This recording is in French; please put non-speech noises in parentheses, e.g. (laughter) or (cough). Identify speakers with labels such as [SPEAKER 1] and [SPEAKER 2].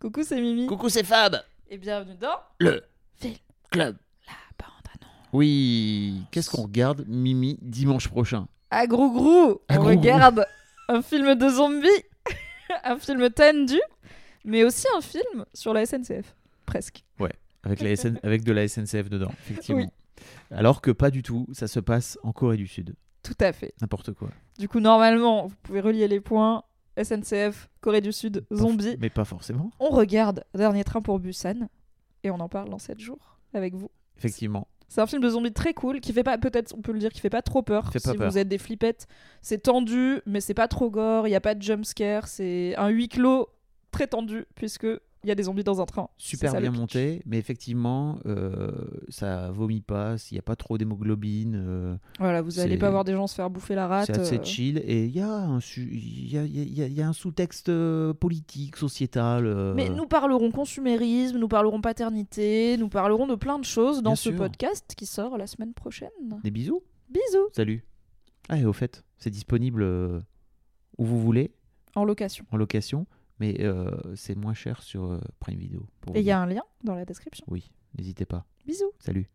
[SPEAKER 1] Coucou, c'est Mimi.
[SPEAKER 2] Coucou, c'est Fab.
[SPEAKER 1] Et bienvenue dans
[SPEAKER 2] Le
[SPEAKER 1] Film
[SPEAKER 2] Club.
[SPEAKER 1] la bande annonce.
[SPEAKER 2] Oui. Qu'est-ce qu'on regarde, Mimi, dimanche prochain
[SPEAKER 1] À Grou Grou,
[SPEAKER 2] À
[SPEAKER 1] on
[SPEAKER 2] Grou Grou.
[SPEAKER 1] regarde un film de zombies, (laughs) un film tendu, mais aussi un film sur la SNCF. Presque.
[SPEAKER 2] avec, la SN avec de la SNCF dedans, effectivement.
[SPEAKER 1] Oui.
[SPEAKER 2] Alors que pas du tout, ça se passe en Corée du Sud.
[SPEAKER 1] Tout à fait.
[SPEAKER 2] N'importe quoi.
[SPEAKER 1] Du coup, normalement, vous pouvez relier les points. SNCF, Corée du Sud, zombies.
[SPEAKER 2] Mais pas forcément.
[SPEAKER 1] On regarde Dernier train pour Busan et on en parle dans 7 jours avec vous.
[SPEAKER 2] Effectivement.
[SPEAKER 1] C'est un film de zombies très cool qui fait pas, peut-être on peut le dire, qui fait pas trop peur.
[SPEAKER 2] Fait pas
[SPEAKER 1] si
[SPEAKER 2] peur.
[SPEAKER 1] vous êtes des flippettes, c'est tendu, mais c'est pas trop gore, il y a pas de jumpscare, c'est un huis clos très tendu puisque il y a des zombies dans un train.
[SPEAKER 2] Super
[SPEAKER 1] C'est ça,
[SPEAKER 2] bien
[SPEAKER 1] le pitch.
[SPEAKER 2] monté, mais effectivement, euh, ça vomit pas, il n'y a pas trop d'hémoglobine, euh,
[SPEAKER 1] Voilà, vous allez
[SPEAKER 2] C'est-
[SPEAKER 1] pas voir des gens se faire bouffer la rate.
[SPEAKER 2] c'est assez
[SPEAKER 1] euh,
[SPEAKER 2] chill, et il y a un, su- il y a- il y a- il y a- il y a un sous-texte euh, politique, sociétal. euh,
[SPEAKER 1] Mais nous parlerons consumérisme, nous parlerons paternité, nous parlerons de plein de choses dans
[SPEAKER 2] Bien
[SPEAKER 1] ce
[SPEAKER 2] sûr.
[SPEAKER 1] podcast qui sort la semaine prochaine.
[SPEAKER 2] Des bisous
[SPEAKER 1] Bisous
[SPEAKER 2] Salut. Ah, et au fait, c'est disponible euh, où vous voulez,
[SPEAKER 1] En location.
[SPEAKER 2] en location, mais euh, c'est moins cher sur euh, Prime Video. pour
[SPEAKER 1] Et
[SPEAKER 2] vous
[SPEAKER 1] il y a
[SPEAKER 2] dire.
[SPEAKER 1] un lien dans la description.
[SPEAKER 2] Oui, n'hésitez pas.
[SPEAKER 1] Bisous
[SPEAKER 2] Salut.